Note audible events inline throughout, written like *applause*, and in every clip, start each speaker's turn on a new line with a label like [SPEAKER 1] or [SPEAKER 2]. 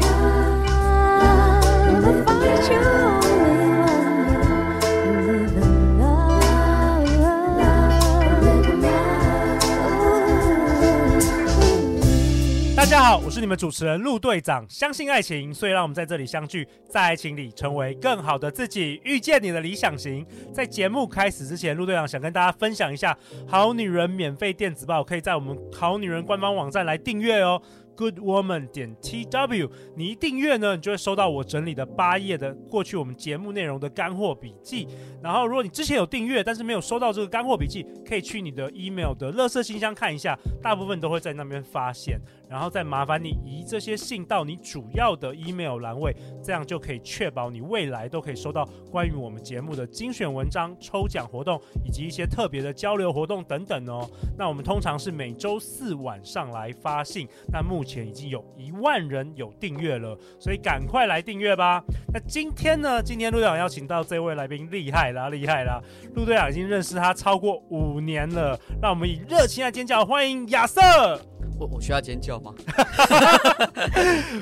[SPEAKER 1] Love, find you only one. Live in love, live in love.
[SPEAKER 2] 大家好，我是你们主持人陆队长。相信爱情，所以让我们在这里相聚，在爱情里成为更好的自己，遇见你的理想型。在节目开始之前，陆队长想跟大家分享一下《好女人》免费电子报，可以在我们《好女人》官方网站来订阅哦。Good Woman 点 T W，你一订阅呢，你就会收到我整理的八页的过去我们节目内容的干货笔记。然后，如果你之前有订阅，但是没有收到这个干货笔记，可以去你的 email 的垃圾信箱看一下，大部分都会在那边发现。然后再麻烦你移这些信到你主要的 email 栏位，这样就可以确保你未来都可以收到关于我们节目的精选文章、抽奖活动以及一些特别的交流活动等等哦。那我们通常是每周四晚上来发信，那目前已经有一万人有订阅了，所以赶快来订阅吧。那今天呢？今天陆队长邀请到这位来宾厉害啦，厉害啦！陆队长已经认识他超过五年了，让我们以热情的尖叫欢迎亚瑟、
[SPEAKER 3] 我我需要尖叫吗？ *laughs*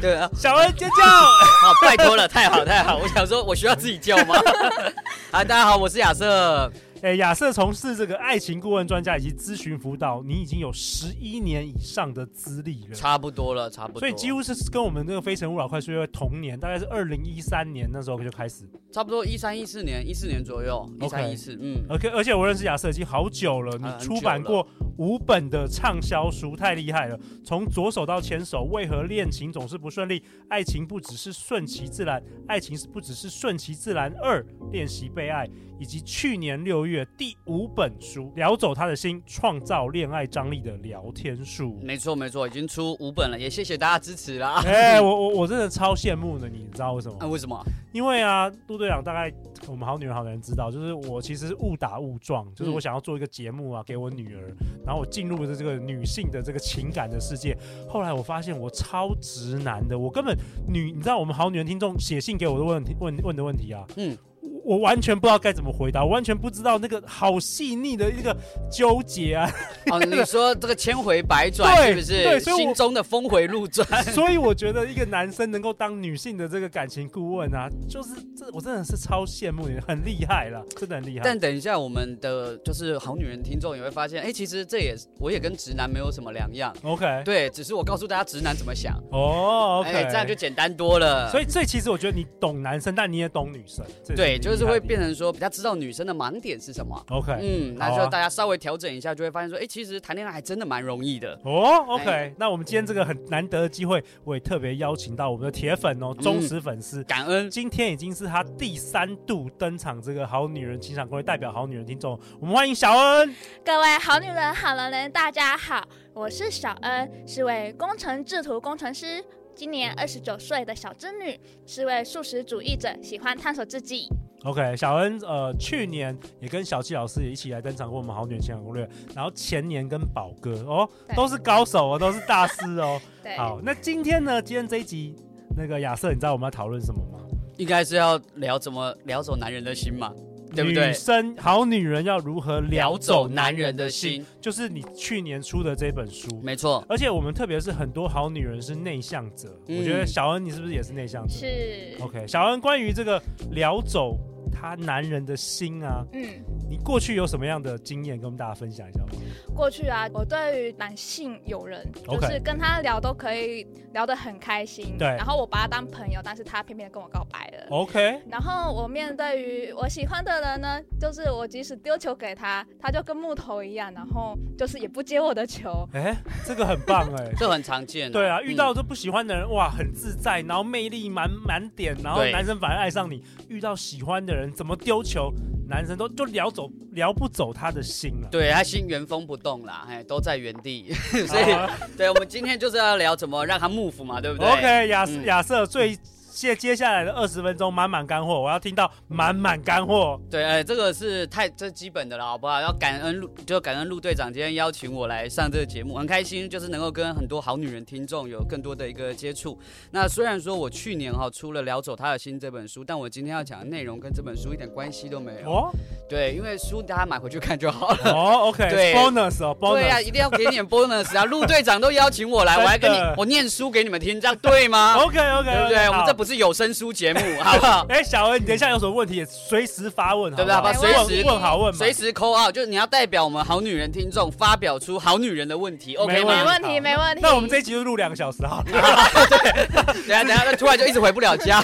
[SPEAKER 3] 对啊，
[SPEAKER 2] 小恩尖叫。
[SPEAKER 3] 好，拜托了，太好太好。我想说，我需要自己叫吗？ *laughs* 啊，大家好，我是亚瑟。
[SPEAKER 2] 哎，亚瑟从事这个爱情顾问专家以及咨询辅导，你已经有十一年以上的资历了。
[SPEAKER 3] 差不多了，差不多。
[SPEAKER 2] 所以几乎是跟我们那个《非诚勿扰》快速约会同年，大概是二零一三年那时候就开始。
[SPEAKER 3] 差不多一三一四年，一四年左右，一
[SPEAKER 2] OK
[SPEAKER 3] 三一四，嗯，
[SPEAKER 2] 而且而且我认识亚瑟已经好久了，
[SPEAKER 3] 啊
[SPEAKER 2] 你出版过五本的畅销书，太厉害了！从左手到牵手，为何恋情总是不顺利？爱情不只是顺其自然，爱情是不只是顺其自然二练习被爱，以及去年六月第五本书《聊走他的心：创造恋爱张力的聊天术》。
[SPEAKER 3] 没错没错，已经出五本了，也谢谢大家支持啦。 *laughs*
[SPEAKER 2] 哎、我我我真的超羡慕的，你知道为什么吗
[SPEAKER 3] 啊，？为什么？
[SPEAKER 2] 因为啊，陆队长大概我们好女人好男人知道，就是我其实误打误撞，就是我想要做一个节目啊，给我女儿，然后我进入了这个女性的这个情感的世界。后来我发现我超直男的，我根本女，你知道我们好女人听众写信给我的问题问问的问题啊，
[SPEAKER 3] 嗯，
[SPEAKER 2] 我我完全不知道该怎么回答，我完全不知道那个好细腻的一个纠结啊，
[SPEAKER 3] 哦，你说这个千回百转
[SPEAKER 2] 对
[SPEAKER 3] 是不
[SPEAKER 2] 对
[SPEAKER 3] 是？
[SPEAKER 2] 所以我
[SPEAKER 3] 心中的峰回
[SPEAKER 2] *laughs*
[SPEAKER 3] 路转。
[SPEAKER 2] 所以我觉得一个男生能够当女性的这个感情顾问啊，就是这我真的是超羡慕你，很厉害啦，真的很厉害。
[SPEAKER 3] 但等一下，我们的就是好女人听众也会发现，哎，其实这也我也跟直男没有什么两样。
[SPEAKER 2] OK，
[SPEAKER 3] 对，只是我告诉大家直男怎么想。
[SPEAKER 2] 哦，OK，、
[SPEAKER 3] 哎，这样就简单多了。
[SPEAKER 2] 所以所以其实我觉得你懂男生，但你也懂女生，这
[SPEAKER 3] 对，就是会变
[SPEAKER 2] 成
[SPEAKER 3] 成说比较知道女生的盲点是什么。
[SPEAKER 2] OK，、
[SPEAKER 3] 嗯，
[SPEAKER 2] 好
[SPEAKER 3] 那
[SPEAKER 2] 啊
[SPEAKER 3] 就大家稍微调整一下，就会发现说，哎、其实谈恋爱还真的蛮容易的。
[SPEAKER 2] 哦，OK，、
[SPEAKER 3] 哎
[SPEAKER 2] 那我们今天这个很难得的机会，我也特别邀请到我们的铁粉
[SPEAKER 3] 嗯
[SPEAKER 2] 哦，忠实粉丝。
[SPEAKER 3] 感恩，
[SPEAKER 2] 今天已经是他第三度登场，这个好女人情场攻略代表好女人听众，我们欢迎小恩。
[SPEAKER 4] 各位好女人、好男人，大家好，我是小恩，是位工程制图工程师，今年二十九岁的小织女，是位素食主义者，喜欢探索自己。
[SPEAKER 2] OK，小恩，呃，去年也跟小纪老师也一起来登场过我们好女人情场攻略，然后前年跟宝哥哦，
[SPEAKER 4] 对
[SPEAKER 2] 都是高手哦，都是大师哦。
[SPEAKER 4] 对，
[SPEAKER 2] 好，那今天呢，今天这一集那个亚瑟，你知道我们要讨论什么吗？
[SPEAKER 3] 应该是要聊怎么聊走男人的心嘛，对不
[SPEAKER 2] 女
[SPEAKER 3] 对？
[SPEAKER 2] 生好女人要如何
[SPEAKER 3] 聊
[SPEAKER 2] 撩
[SPEAKER 3] 走
[SPEAKER 2] 走
[SPEAKER 3] 男
[SPEAKER 2] 男
[SPEAKER 3] 人
[SPEAKER 2] 人
[SPEAKER 3] 的
[SPEAKER 2] 的心，
[SPEAKER 3] 心，
[SPEAKER 2] 就是你去年出的这本书。
[SPEAKER 3] 没错。
[SPEAKER 2] 而且我们特别是很多好女人是内向者，
[SPEAKER 3] 嗯
[SPEAKER 2] 我觉得小恩你是不是也是内向者？。
[SPEAKER 4] 是，
[SPEAKER 2] OK，小恩关于这个撩走他男人的心啊，
[SPEAKER 4] 嗯，
[SPEAKER 2] 你过去有什么样的经验跟我们大家分享一下吗？
[SPEAKER 4] 过去啊，我对于男性友人
[SPEAKER 2] OK
[SPEAKER 4] 就是跟他聊都可以聊得很开心，
[SPEAKER 2] 对哦
[SPEAKER 4] 然后我把他当朋友，但是他偏偏跟我告白了。
[SPEAKER 2] ？OK，
[SPEAKER 4] 然后我面对于我喜欢的人呢，就是我即使丢球给他，他就跟木头一样，然后就是也不接我的球，
[SPEAKER 2] 哎、这个很棒哎、
[SPEAKER 3] 这很常见、
[SPEAKER 2] 对啊，遇到
[SPEAKER 3] 嗯
[SPEAKER 2] 这不喜欢的人，哇，很自在，然后魅力满满点，然后
[SPEAKER 3] 对
[SPEAKER 2] 男生反而爱上你。遇到喜欢的人，怎么丢球，男生都就撩走撩不走他的心
[SPEAKER 3] *laughs*
[SPEAKER 2] 了。
[SPEAKER 3] 对他心原封不动啦，哎，都在原地。 *laughs* 所以，
[SPEAKER 2] 好啊
[SPEAKER 3] 对我们今天就是要聊怎么让他 move 嘛，对不对
[SPEAKER 2] OK，亚瑟
[SPEAKER 3] 嗯
[SPEAKER 2] 亚瑟最接接下来的二十分钟满满干货，我要听到满满干货。
[SPEAKER 3] 对，哎，这个是太这基本的了，好不好？要感恩陆，就感恩陆队长今天邀请我来上这个节目，很开心，就是能够跟很多好女人听众有更多的一个接触。那虽然说我去年哈、出了《聊走他的心》这本书，但我今天要讲的内容跟这本书一点关系都没有。
[SPEAKER 2] 哦
[SPEAKER 3] 对，啊因为书大家买回去看就好了。
[SPEAKER 2] 哦
[SPEAKER 3] *laughs* 对
[SPEAKER 2] ，OK，bonus 哦
[SPEAKER 3] 对呀、
[SPEAKER 2] ，bonus。
[SPEAKER 3] 一定要给你点 bonus 啊！陆队长都邀请我来，
[SPEAKER 2] 真的
[SPEAKER 3] 我还跟你我念书给你们听，这样对吗？
[SPEAKER 2] OK OK，
[SPEAKER 3] 对不对？我们这不是有声书节目，好不好？
[SPEAKER 2] 哎，小恩，你等一下有什么问题也随时发问，
[SPEAKER 3] 对不对
[SPEAKER 2] 好不好
[SPEAKER 3] 好不好随时
[SPEAKER 2] 问问好问嘛
[SPEAKER 3] 随。时扣二，就是你要代表我们好女人听众发表出好女人的问题
[SPEAKER 2] 没
[SPEAKER 3] ，OK
[SPEAKER 4] 没
[SPEAKER 3] 吗？
[SPEAKER 4] 问题，没问题。
[SPEAKER 2] 那我们这一集就录两个小时好
[SPEAKER 3] *laughs*
[SPEAKER 2] 了，
[SPEAKER 3] 等一下等一下，那突然就一直回不
[SPEAKER 2] *laughs*
[SPEAKER 3] 了家，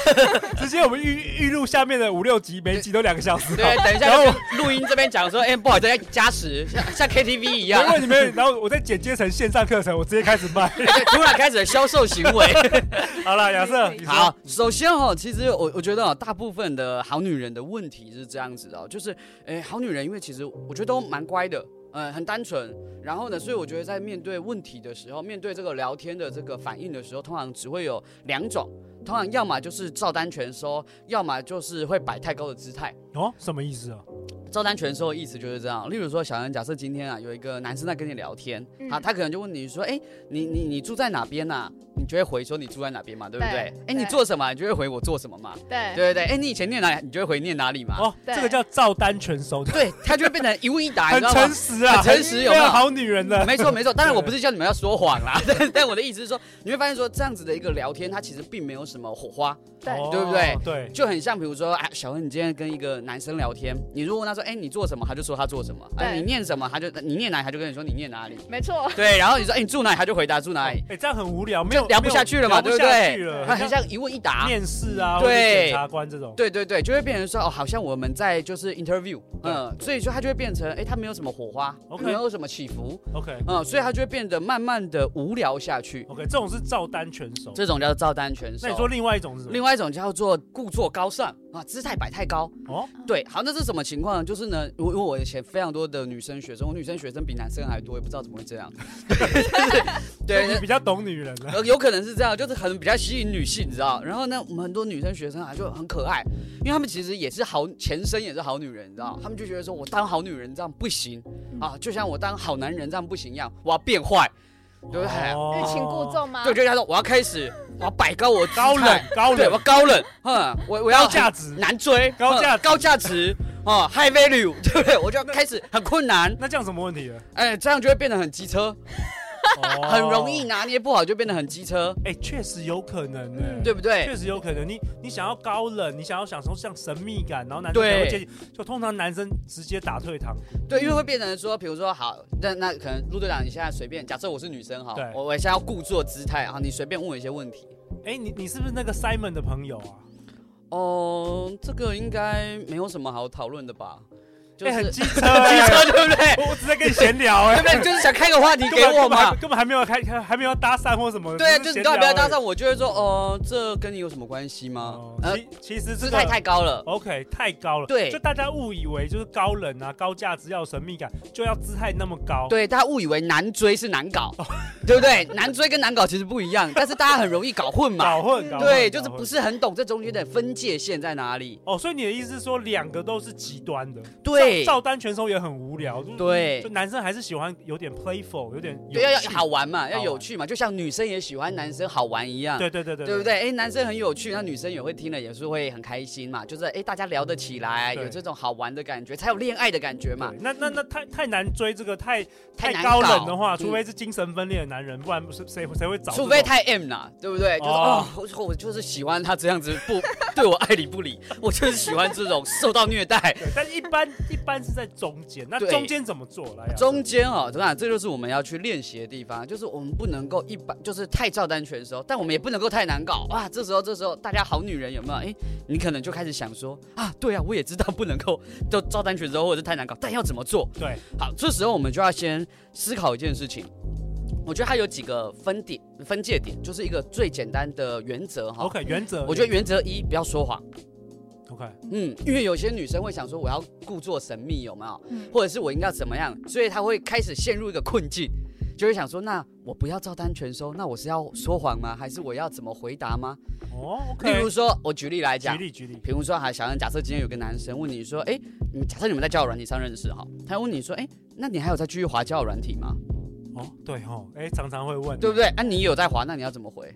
[SPEAKER 2] 直接我们预预录下面的五六集，每一集都两个小时。
[SPEAKER 3] 对，等一
[SPEAKER 2] 然
[SPEAKER 3] 下
[SPEAKER 2] 后
[SPEAKER 3] 就跟录音这边讲说，哎，不好意思，要加时，像像 KTV 一样
[SPEAKER 2] 如，果你们，然后我再剪接成线上课程，我直接开始
[SPEAKER 3] *laughs*
[SPEAKER 2] 卖。
[SPEAKER 3] 对 *laughs* 突然开始了销售行为。
[SPEAKER 2] 好了，亚瑟，你说
[SPEAKER 3] 好，，首先哦，其实我我觉得哦，大部分的好女人的问题是这样子的、哦，就是，诶，好女人，因为其实我觉得都蛮乖的，呃，很单纯。然后呢，所以我觉得在面对问题的时候，面对这个聊天的这个反应的时候，通常只会有两种，通常要么就是照单全收，要么就是会摆太高的姿态。
[SPEAKER 2] 哦，什么意思啊？
[SPEAKER 3] 照单全收的意思就是这样。例如说，小恩，假设今天啊有一个男生在跟你聊天，
[SPEAKER 4] 嗯
[SPEAKER 3] 啊，他可能就问你说，哎、你你你住在哪边呐、你就会回说你住在哪边嘛，对不对？哎
[SPEAKER 4] 对、
[SPEAKER 3] 你
[SPEAKER 4] 对
[SPEAKER 3] 做什么？你就会回我做什么嘛，
[SPEAKER 4] 对
[SPEAKER 3] 对对对。哎、你以前念哪里？你就会回念哪里嘛。
[SPEAKER 2] 哦，
[SPEAKER 4] 对
[SPEAKER 2] 这个叫照单全收，
[SPEAKER 3] 对，他就会变成一问一答，你
[SPEAKER 2] 很
[SPEAKER 3] 知道
[SPEAKER 2] 诚
[SPEAKER 3] 吗？
[SPEAKER 2] 实啊，
[SPEAKER 3] 很诚实有没
[SPEAKER 2] 非
[SPEAKER 3] 有
[SPEAKER 2] 常好女人的，
[SPEAKER 3] 没错没错，当然我不是叫你们要说谎啦，但但我的意思是说，你会发现说这样子的一个聊天，它其实并没有什么火花，
[SPEAKER 4] 对
[SPEAKER 2] 哦
[SPEAKER 3] 对不对
[SPEAKER 2] 对，
[SPEAKER 3] 就很像比如说，哎、小恩，你今天跟一个男生聊天，你如果问他说，哎、你做什么？他就说他做什么，哎、
[SPEAKER 4] 对
[SPEAKER 3] 你念什么？他就你念哪里？他就跟你说你念哪里。
[SPEAKER 4] 没错，
[SPEAKER 3] 对，然后你说，哎、你住哪里？他就回答住哪里，
[SPEAKER 2] 哎，这样很无聊，没有
[SPEAKER 3] 聊不下去了嘛，
[SPEAKER 2] 没
[SPEAKER 3] 对
[SPEAKER 2] 有
[SPEAKER 3] 不
[SPEAKER 2] 聊下去
[SPEAKER 3] 对？
[SPEAKER 2] 了
[SPEAKER 3] 它 *laughs* 很像一问一答。
[SPEAKER 2] 面试啊，
[SPEAKER 3] 对
[SPEAKER 2] 或者是检察官这种，
[SPEAKER 3] 对对对，就会变成说哦，好像我们在就是 interview，嗯，所以说它就会变成，哎，它没有什么火花
[SPEAKER 2] OK
[SPEAKER 3] 没有什么起伏，
[SPEAKER 2] ，OK
[SPEAKER 3] 嗯，所以它就会变得慢慢的无聊下去，
[SPEAKER 2] OK，这种是照单全收。
[SPEAKER 3] 这种叫做照单全收。
[SPEAKER 2] 那你说另外一种是什么？
[SPEAKER 3] 另外一种叫做故作高尚啊，姿态摆太高。
[SPEAKER 2] 哦，
[SPEAKER 3] 对，好，那是什么情况呢？就是呢，我因为我以前非常多的女生学生，我女生学生比男生还多，也不知道怎么会这样。对，
[SPEAKER 2] 你
[SPEAKER 3] 对
[SPEAKER 2] 比较懂女人了，
[SPEAKER 3] 呃，有可能是这样，就是很比较吸引女性，你知道？然后呢，我们很多女生学生啊就很可爱，因为她们其实也是好前身也是好女人，你知道？她们就觉得说我当好女人这样不行啊，就像我当好男人这样不行一样，我要变坏，对不对？
[SPEAKER 2] 哦
[SPEAKER 4] 欲擒故。纵吗？
[SPEAKER 3] 对，就是她说我要开始，我要摆高我的姿
[SPEAKER 2] 高冷
[SPEAKER 3] 态，
[SPEAKER 2] 高
[SPEAKER 3] 对，我要
[SPEAKER 2] 冷，
[SPEAKER 3] 高冷，哼，我我要
[SPEAKER 2] 高
[SPEAKER 3] 很
[SPEAKER 2] 价值。
[SPEAKER 3] 难追，
[SPEAKER 2] 高价
[SPEAKER 3] 哼高价值。哦，high value，对 *laughs* 不对？我就要开始很困难，
[SPEAKER 2] 那这样什么问题啊了？
[SPEAKER 3] 哎，这样就会变得很机车，
[SPEAKER 2] 哦
[SPEAKER 3] *laughs* 很容易。拿捏不好就变得很机车，
[SPEAKER 2] 哎，确实有可能呢。
[SPEAKER 4] 嗯
[SPEAKER 3] 对不对？
[SPEAKER 2] 确实有可能，你你想要高冷，你想要享受像神秘感，然后男生才会
[SPEAKER 3] 对
[SPEAKER 2] 接近，就通常男生直接打退堂鼓。
[SPEAKER 3] 对，因为会变成说，比如说好，那那可能陆队长，你现在随便，假设我是女生哈
[SPEAKER 2] 对，
[SPEAKER 3] 我我现在要故作姿态啊，你随便问我一些问题。
[SPEAKER 2] 哎，你你是不是那个 Simon 的朋友啊？
[SPEAKER 3] 哦、这个应该没有什么好讨论的吧？就
[SPEAKER 2] 哎，
[SPEAKER 3] 是、
[SPEAKER 2] 很
[SPEAKER 3] *laughs*
[SPEAKER 2] 机车，
[SPEAKER 3] 机
[SPEAKER 2] 哎
[SPEAKER 3] 车，对不对？
[SPEAKER 2] 我我只在跟你闲聊哎
[SPEAKER 3] 对
[SPEAKER 2] *laughs*
[SPEAKER 3] 不。 *laughs* 对？就是想开个话题
[SPEAKER 2] 根
[SPEAKER 3] 给
[SPEAKER 2] 本
[SPEAKER 3] 我
[SPEAKER 2] *laughs* 根本
[SPEAKER 3] 嘛
[SPEAKER 2] 还。根本还没有开，还还没有搭讪或什么。
[SPEAKER 3] 对，啊
[SPEAKER 2] 只
[SPEAKER 3] 就是
[SPEAKER 2] 闲
[SPEAKER 3] 你到底不
[SPEAKER 2] 聊
[SPEAKER 3] 要
[SPEAKER 2] 而
[SPEAKER 3] 搭
[SPEAKER 2] 已
[SPEAKER 3] 讪，我就会说，哦、这跟你有什么关系吗？
[SPEAKER 2] 哦
[SPEAKER 3] 呃，
[SPEAKER 2] 其其实这哦
[SPEAKER 3] 姿
[SPEAKER 2] 个
[SPEAKER 3] 态太高了。
[SPEAKER 2] OK 太高了，
[SPEAKER 3] 对
[SPEAKER 2] 就大家误以为就是高冷啊、高价值要有神秘感，就要姿态那么高。
[SPEAKER 3] 对，大家误以为难追是难搞，
[SPEAKER 2] 哦
[SPEAKER 3] *laughs* 对不对？难追跟难搞其实不一样，但是大家很容易搞混嘛。
[SPEAKER 2] 搞混，搞混，
[SPEAKER 3] 对，就是
[SPEAKER 2] 搞
[SPEAKER 3] 不
[SPEAKER 2] 混。
[SPEAKER 3] 是很懂这中间的分界线在哪里。
[SPEAKER 2] 哦，所以你的意思是说，两个都是极端的，
[SPEAKER 3] 对
[SPEAKER 2] 照照单全收也很无聊，就是
[SPEAKER 3] 对
[SPEAKER 2] 就男生还是喜欢有点 playful，有点有
[SPEAKER 3] 对，要要
[SPEAKER 2] 趣
[SPEAKER 3] 好，玩嘛，要
[SPEAKER 2] 好
[SPEAKER 3] 有
[SPEAKER 2] 玩
[SPEAKER 3] 趣嘛，就像女生也喜欢男生好玩一样，
[SPEAKER 2] 对对对对，
[SPEAKER 3] 对不？对？哎，男生很有趣，那女生也会听了也是会很开心嘛，就是哎，大家聊得起来，
[SPEAKER 2] 对
[SPEAKER 3] 有这种好玩的感觉，才有恋爱的感觉嘛
[SPEAKER 2] 对。那那那太太难追这个太
[SPEAKER 3] 太难
[SPEAKER 2] 高冷
[SPEAKER 3] 搞
[SPEAKER 2] 的话，
[SPEAKER 3] 嗯
[SPEAKER 2] 除非是精神分裂的男人，不然不是谁谁会找这种？
[SPEAKER 3] 除非太 M 啦，对不对？就是
[SPEAKER 2] 哦
[SPEAKER 3] 哦，我我就是喜欢他这样子不对我爱理不理，我就是喜欢这种受到虐待。
[SPEAKER 2] 对，但一般一般是在中间，那
[SPEAKER 3] 对
[SPEAKER 2] 中间怎么做来？啊
[SPEAKER 3] 中间哦，怎么讲？这就是我们要去练习的地方，就是我们不能够一般，就是太照单全收，但我们也不能够太难搞哇。这时候，这时候大家好女人有没有？哎，你可能就开始想说啊，对啊，我也知道不能够都照单全收或者是太难搞，但要怎么做？
[SPEAKER 2] 对，
[SPEAKER 3] 好，这时候我们就要先思考一件事情。我觉得它有几个分点、分界点，就是一个最简单的原则哈。
[SPEAKER 2] OK 原则，
[SPEAKER 3] 我觉得原则一，不要说谎。
[SPEAKER 2] OK
[SPEAKER 3] 嗯，因为有些女生会想说，我要故作神秘，有没有？
[SPEAKER 4] 嗯
[SPEAKER 3] 或者是我应该要怎么样？所以她会开始陷入一个困境，就会想说，那我不要照单全收，那我是要说谎吗？还是我要怎么回答吗？
[SPEAKER 2] 哦
[SPEAKER 3] 例
[SPEAKER 2] ，OK，
[SPEAKER 3] 如说，我举例来
[SPEAKER 2] 举
[SPEAKER 3] 讲，
[SPEAKER 2] 例举例，
[SPEAKER 3] 比如说，哈，小恩，假设今天有个男生问你说，哎、你假设你们在交友软体上认识哈，他问你说，哎、那你还有在继续滑交友软体吗？
[SPEAKER 2] 哦，对哦，哎，常常会问，
[SPEAKER 3] 对不对？啊，你有在滑，那你要怎么回？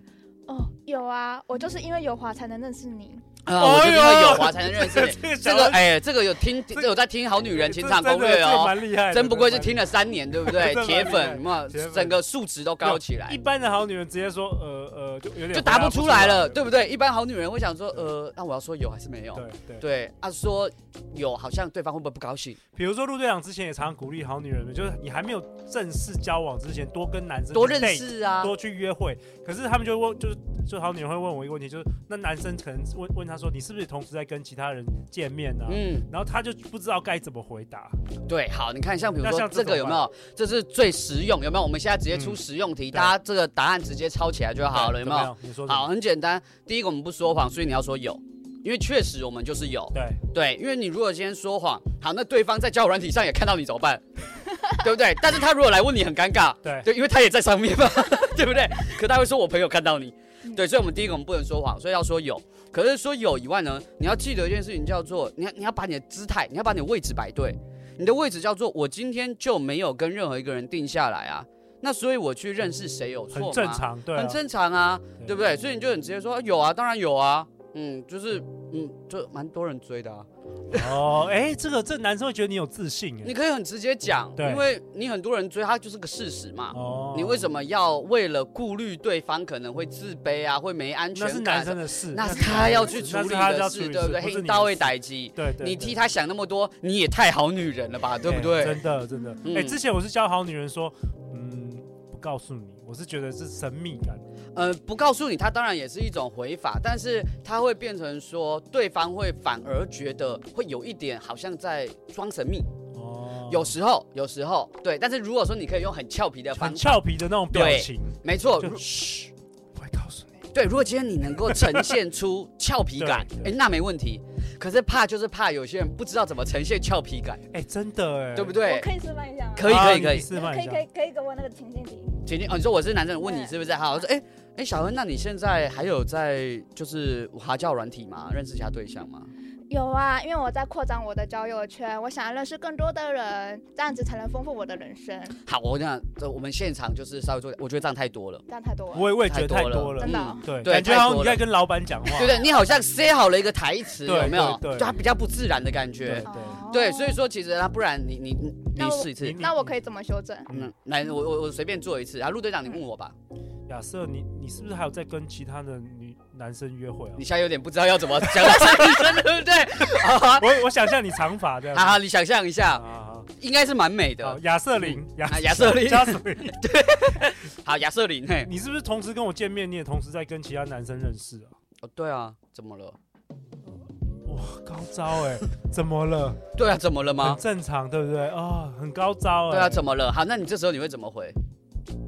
[SPEAKER 4] 哦，有啊，我就是因为有华才能认识你。
[SPEAKER 3] 啊、我
[SPEAKER 2] 哎
[SPEAKER 3] 就是
[SPEAKER 2] 呦
[SPEAKER 3] 因为有滑才能认识你。
[SPEAKER 2] 这个
[SPEAKER 3] 这
[SPEAKER 2] 小
[SPEAKER 3] 个
[SPEAKER 2] 恩
[SPEAKER 3] 哎、这个有
[SPEAKER 2] *laughs*
[SPEAKER 3] 听，
[SPEAKER 2] 个
[SPEAKER 3] 这有在听《好女人情场
[SPEAKER 2] 这
[SPEAKER 3] 攻略》
[SPEAKER 2] 这个
[SPEAKER 3] 哦，
[SPEAKER 2] 蛮厉害的，
[SPEAKER 3] 真不愧
[SPEAKER 2] 这个
[SPEAKER 3] 是
[SPEAKER 2] 蛮
[SPEAKER 3] 听了三年，对不对
[SPEAKER 2] *laughs* 这？蛮厉害
[SPEAKER 3] 铁粉，嘛
[SPEAKER 2] 铁粉，
[SPEAKER 3] 整个数值都高起来
[SPEAKER 2] 一。般的好女人直接说，呃呃，就有点
[SPEAKER 3] 就答不出来了，对
[SPEAKER 2] 对
[SPEAKER 3] 不对？一般好女人会想说，呃，那我要说有还是没有？
[SPEAKER 2] 对对。
[SPEAKER 3] 对，啊，说有，好像对方会不会不高兴？
[SPEAKER 2] 比如说陆队长之前也常常鼓励好女人们，就是你还没有正式交往之前，多跟男生
[SPEAKER 3] 多
[SPEAKER 2] 去
[SPEAKER 3] 认
[SPEAKER 2] date，
[SPEAKER 3] 识啊，
[SPEAKER 2] 多去约会。可是他们就问，就是就好女人会问我一个问题，就是那男生可能问问他说，你是不是同时在跟其他人见面呢、
[SPEAKER 3] 嗯，
[SPEAKER 2] 然后他就不知道该怎么回答。
[SPEAKER 3] 对，好，你看，像比如
[SPEAKER 2] 那
[SPEAKER 3] 说
[SPEAKER 2] 像这
[SPEAKER 3] 这个
[SPEAKER 2] 种
[SPEAKER 3] 有没有？这是最实用，有没有？我们现在直接出
[SPEAKER 2] 嗯
[SPEAKER 3] 实用
[SPEAKER 2] 对
[SPEAKER 3] 题，大家这个答案直接抄起来就好了，有
[SPEAKER 2] 怎
[SPEAKER 3] 没
[SPEAKER 2] 么
[SPEAKER 3] 有？
[SPEAKER 2] 样？你说什么
[SPEAKER 3] 好，，很简单。第一个我们不说谎，所以你要说有，因为确实我们就是有。
[SPEAKER 2] 对，
[SPEAKER 3] 对，因为你如果今天说谎，好，那对方在交友软体上也看到你怎么办？ *laughs* 对不对？但是他如果来问你很尴尬，
[SPEAKER 2] 对
[SPEAKER 3] 对，因为他也在上面嘛， *laughs* 对不对？可他会说我朋友看到你
[SPEAKER 4] 嗯，
[SPEAKER 3] 对，所以我们第一个我们不能说谎，所以要说有。可是说有以外呢，你要记得一件事情叫做，你要你要把你的姿态，你要把你的位置摆对，你的位置叫做我今天就没有跟任何一个人定下来啊，那所以我去认识谁有错
[SPEAKER 2] 很
[SPEAKER 3] 吗？
[SPEAKER 2] 正常，对、啊，
[SPEAKER 3] 很正常啊，
[SPEAKER 2] 对
[SPEAKER 3] 对不对？所以你就很直接说啊有啊，当然有啊，嗯，就是嗯，就蛮多人追的啊。
[SPEAKER 2] 哦，哎，这个这男生会觉得你有自信
[SPEAKER 3] 你
[SPEAKER 2] 哎。
[SPEAKER 3] 可以很直接讲，
[SPEAKER 2] 对
[SPEAKER 3] 因为你很多人追他就是个事实嘛。
[SPEAKER 2] 哦，
[SPEAKER 3] 你为什么要为了顾虑对方可能会自卑啊，会没安全
[SPEAKER 2] 那是
[SPEAKER 3] 感？
[SPEAKER 2] 男生的事，
[SPEAKER 3] 那是
[SPEAKER 2] 男
[SPEAKER 3] 他
[SPEAKER 2] 生
[SPEAKER 3] 要
[SPEAKER 2] 的
[SPEAKER 3] 去
[SPEAKER 2] 事
[SPEAKER 3] 处
[SPEAKER 2] 那
[SPEAKER 3] 理
[SPEAKER 2] 是他
[SPEAKER 3] 的
[SPEAKER 2] 要
[SPEAKER 3] 事，
[SPEAKER 2] 处理
[SPEAKER 3] 对不对？
[SPEAKER 2] 不是
[SPEAKER 3] 嘿
[SPEAKER 2] 你
[SPEAKER 3] 到
[SPEAKER 2] 的
[SPEAKER 3] 位
[SPEAKER 2] 事
[SPEAKER 3] 逮鸡，
[SPEAKER 2] 对对，
[SPEAKER 3] 你
[SPEAKER 2] 对
[SPEAKER 3] 替他想那么多，你也太好女人了吧，对不
[SPEAKER 2] 哎
[SPEAKER 3] 对？
[SPEAKER 2] 真的真的，哎、
[SPEAKER 3] 嗯
[SPEAKER 2] 之前我是教好女人说，嗯，不告诉你，我是觉得是神秘感，
[SPEAKER 3] 呃，不告诉你，他当然也是一种回法，但是他会变成说，对方会反而觉得会有一点好像在装神秘，
[SPEAKER 2] 哦，
[SPEAKER 3] 有时候，有时候，对。但是如果说你可以用很俏皮的方
[SPEAKER 2] 很
[SPEAKER 3] 式，
[SPEAKER 2] 俏皮的那种表
[SPEAKER 3] 对
[SPEAKER 2] 情，
[SPEAKER 3] 没错，
[SPEAKER 2] 就
[SPEAKER 3] 如
[SPEAKER 2] 嘘，我会告诉你，
[SPEAKER 3] 对，如果今天你能够呈现出俏皮感
[SPEAKER 2] *laughs* 对，
[SPEAKER 3] 哎、
[SPEAKER 2] 对
[SPEAKER 3] 那没问题。可是怕就是怕有些人不知道怎么呈现俏皮感，
[SPEAKER 2] 哎、真的哎，
[SPEAKER 3] 对不
[SPEAKER 2] 对？
[SPEAKER 4] 我
[SPEAKER 3] 对？
[SPEAKER 4] 可以示范一下吗？
[SPEAKER 3] 可以可以可
[SPEAKER 2] 你
[SPEAKER 3] 以，
[SPEAKER 2] 示范一下，
[SPEAKER 4] 可以可以给我那个情境题。
[SPEAKER 2] 嗯
[SPEAKER 3] 婷婷、哦，你说我是男生，问你
[SPEAKER 4] 对
[SPEAKER 3] 是不是？好，我说，哎、哎、小恩，那你现在还有在就是华教软体吗？认识一下对象吗？
[SPEAKER 4] 有啊，因为我在扩展我的交友圈，我想要认识更多的人，这样子才能丰富我的人生。
[SPEAKER 3] 好，我讲，这我们现场就是稍微做，我觉得这样太多了。
[SPEAKER 4] 这样太多了。
[SPEAKER 2] 我也我也觉得太
[SPEAKER 3] 太多
[SPEAKER 2] 多了，
[SPEAKER 3] 了
[SPEAKER 4] 真的哦
[SPEAKER 2] 嗯对，
[SPEAKER 3] 对
[SPEAKER 2] 感觉
[SPEAKER 3] 太
[SPEAKER 2] 好像
[SPEAKER 3] 多
[SPEAKER 2] 你在
[SPEAKER 3] 了
[SPEAKER 2] 跟老板讲话，
[SPEAKER 3] 对不对？你好像塞好了一个台词，
[SPEAKER 2] 对
[SPEAKER 3] 有没有？
[SPEAKER 2] 对对
[SPEAKER 3] 就它比较不自然的感觉。
[SPEAKER 2] 嗯对
[SPEAKER 4] 哦
[SPEAKER 3] 对，所以说其实那不然你你你
[SPEAKER 4] 那
[SPEAKER 3] 你
[SPEAKER 4] 我
[SPEAKER 3] 试一次
[SPEAKER 2] 你，
[SPEAKER 4] 那我可以怎么修
[SPEAKER 2] 哦
[SPEAKER 4] 正？
[SPEAKER 3] 嗯，来我我我随便做一次。啊然后陆队长，你问我吧。
[SPEAKER 2] 亚瑟，你你是不是还有在跟其他的女男生约会啊
[SPEAKER 3] 你？现在有点不知道要怎么讲到这一声，对
[SPEAKER 2] *laughs*
[SPEAKER 3] 不对？好好
[SPEAKER 2] 我我想象你长发
[SPEAKER 3] *laughs*
[SPEAKER 2] 这样子，
[SPEAKER 3] 好，你想象一下，
[SPEAKER 2] 啊，
[SPEAKER 3] 应该是蛮美
[SPEAKER 2] 好，
[SPEAKER 3] 的。
[SPEAKER 2] 亚瑟林，
[SPEAKER 3] 啊亚瑟
[SPEAKER 2] *laughs*
[SPEAKER 3] 琳
[SPEAKER 2] 亚瑟琳，
[SPEAKER 3] 好，亚瑟琳，嘿，
[SPEAKER 2] 你是不是同时跟我见面，你也同时在跟其他男生认识啊？
[SPEAKER 3] *laughs* 哦，对啊，怎么了？
[SPEAKER 2] 哇，高招哎，怎么了？
[SPEAKER 3] 对啊，怎么了
[SPEAKER 2] 很
[SPEAKER 3] 吗？
[SPEAKER 2] 正常，对不对？啊，很高招哎。
[SPEAKER 3] 对啊，怎么了？好，那你这时候你会怎么回？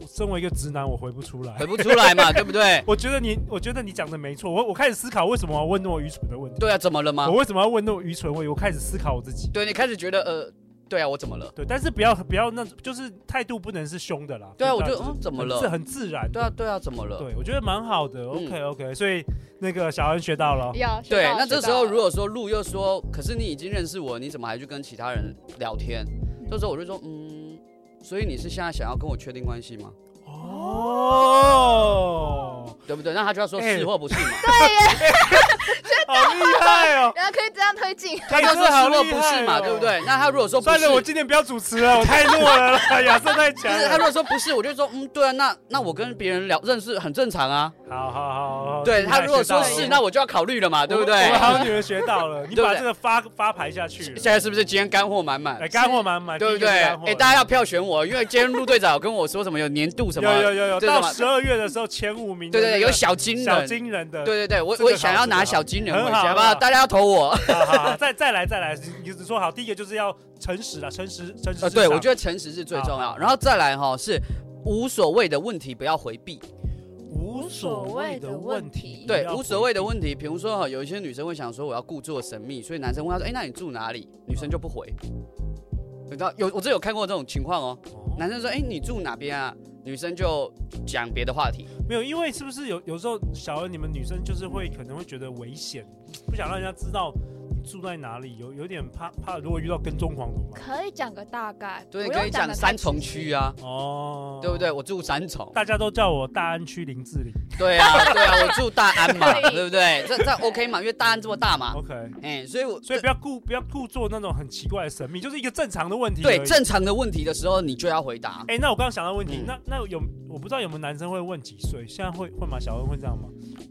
[SPEAKER 2] 我身为一个直男，我回不出来
[SPEAKER 3] 回。不出来
[SPEAKER 2] *laughs*
[SPEAKER 3] 嘛，对不对？
[SPEAKER 2] 我觉得你，我觉得你讲的没错。我我开始思考为什么我要问那么愚蠢的问题。
[SPEAKER 3] 对啊，怎么了吗
[SPEAKER 2] 我？为什么要问那么愚蠢的问题？我开始思考我自己。
[SPEAKER 3] 对你开始觉得呃，对啊，我怎么了？
[SPEAKER 2] 对，但是不要不要那，就是态度不能是凶的啦。
[SPEAKER 3] 对啊，我
[SPEAKER 2] 不
[SPEAKER 3] 就
[SPEAKER 2] 要
[SPEAKER 3] 嗯，怎么
[SPEAKER 2] 是
[SPEAKER 3] 了？
[SPEAKER 2] 很自然。
[SPEAKER 3] 对啊，，嗯对啊，怎么了？
[SPEAKER 2] 对，我觉得蛮好的。OK OK，所以那个小恩学到了。
[SPEAKER 4] 有学
[SPEAKER 3] 对，
[SPEAKER 4] 到
[SPEAKER 3] 那这
[SPEAKER 4] 学
[SPEAKER 3] 时候
[SPEAKER 4] 到
[SPEAKER 3] 如果说路又说，可是你已经认识我，你怎么还去跟其他人聊天？这时候我就说，嗯，所以你是现在想要跟我确定关系吗？
[SPEAKER 2] 哦，
[SPEAKER 3] 对不对？那他就要说
[SPEAKER 2] 哎
[SPEAKER 3] 是或不是嘛。
[SPEAKER 2] 好厉害哦！
[SPEAKER 4] 原来可以这样推进，
[SPEAKER 3] 哎他
[SPEAKER 2] 他
[SPEAKER 3] 就说是或不是嘛，对不？对？那他如果说不
[SPEAKER 2] 哦算
[SPEAKER 3] 是，
[SPEAKER 2] 了，我今天不要主持了，我太弱了 *laughs* 啦，亚瑟太
[SPEAKER 3] 不
[SPEAKER 2] 强
[SPEAKER 3] 是他
[SPEAKER 2] 了。
[SPEAKER 3] 如果说不是，我就说嗯，对啊，那那我跟别人聊认识很正常啊。
[SPEAKER 2] 好好好好，
[SPEAKER 3] 对
[SPEAKER 2] 厉害
[SPEAKER 3] 他如果说
[SPEAKER 2] 学
[SPEAKER 3] 是，
[SPEAKER 2] 到
[SPEAKER 3] 那
[SPEAKER 2] 了
[SPEAKER 3] 我就要考虑了嘛，对不对
[SPEAKER 2] 我？们好女人学到了，你
[SPEAKER 3] 对不
[SPEAKER 2] 把
[SPEAKER 3] 对
[SPEAKER 2] 这个发发牌下去了
[SPEAKER 3] *laughs* 现，在是不是今天干货满满
[SPEAKER 2] 哎，？干货满满，
[SPEAKER 3] 对不对？哎，
[SPEAKER 2] 哎，
[SPEAKER 3] 大家要票选我，因为今天陆队长有跟我说什么有年度什么，
[SPEAKER 2] 有有有有，
[SPEAKER 3] 这是
[SPEAKER 2] 到
[SPEAKER 3] 什么
[SPEAKER 2] 十二月的时候前五名的
[SPEAKER 3] 对
[SPEAKER 2] 那
[SPEAKER 3] 对
[SPEAKER 2] 个，
[SPEAKER 3] 对，有小金
[SPEAKER 2] 小
[SPEAKER 3] 人，
[SPEAKER 2] 金人的，
[SPEAKER 3] 对对对，我
[SPEAKER 2] 这个
[SPEAKER 3] 我
[SPEAKER 2] 好
[SPEAKER 3] 想要拿
[SPEAKER 2] 这个好
[SPEAKER 3] 小金人
[SPEAKER 2] 很
[SPEAKER 3] 回
[SPEAKER 2] 好啊
[SPEAKER 3] 去，好不
[SPEAKER 2] 很好
[SPEAKER 3] 好？大家要投我。
[SPEAKER 2] *laughs* *laughs* 好，好好再再来再来，你只说好，第一个就是要诚实啊，诚实诚实市场。
[SPEAKER 3] 呃，对，我觉得诚实是最
[SPEAKER 2] 好
[SPEAKER 3] 重
[SPEAKER 2] 好
[SPEAKER 3] 要，
[SPEAKER 2] 好
[SPEAKER 3] 然后再来哈是无所谓的问题不要回避。
[SPEAKER 2] 无所谓的问题，
[SPEAKER 3] 对，
[SPEAKER 2] 要
[SPEAKER 3] 无所谓的问题，比如说哈，有一些女生会想说我要故作神秘，所以男生问她说，哎、那你住哪里？女生就不回。你知道有我这有看过这种情况哦，
[SPEAKER 2] 回避。哦
[SPEAKER 3] 男生说，哎、你住哪边啊？女生就讲别的话题。
[SPEAKER 2] 没有，因为是不是有有时候小恩你们女生就是会可能会觉得危险，不想让人家知道你住在哪里，有有点怕怕，如果遇到跟踪狂怎么办？
[SPEAKER 4] 可以讲个大概，
[SPEAKER 3] 对，
[SPEAKER 4] 不
[SPEAKER 3] 可以
[SPEAKER 4] 用
[SPEAKER 3] 讲
[SPEAKER 4] 得
[SPEAKER 3] 三
[SPEAKER 4] 太
[SPEAKER 3] 重
[SPEAKER 4] 仔细
[SPEAKER 3] 区啊，
[SPEAKER 2] 哦，
[SPEAKER 3] 对不？对？我住三重。
[SPEAKER 2] 大家都叫我大安区林志玲
[SPEAKER 3] 对啊，对啊，我住大安嘛，
[SPEAKER 4] 可以
[SPEAKER 3] 对不对？这这 OK 嘛？因为大安这么大嘛，
[SPEAKER 2] ，OK。
[SPEAKER 3] 哎，所以我
[SPEAKER 2] 哦所以不要故不要故作那种很奇怪的神秘，就是一个正常的问题而已。
[SPEAKER 3] 对正常的问题的时候，你就要回答。
[SPEAKER 2] 哎、那我刚刚想到问题，
[SPEAKER 3] 嗯
[SPEAKER 2] 那那有我不知道有没有男生会问几岁？现在会会吗？小恩会这样吗？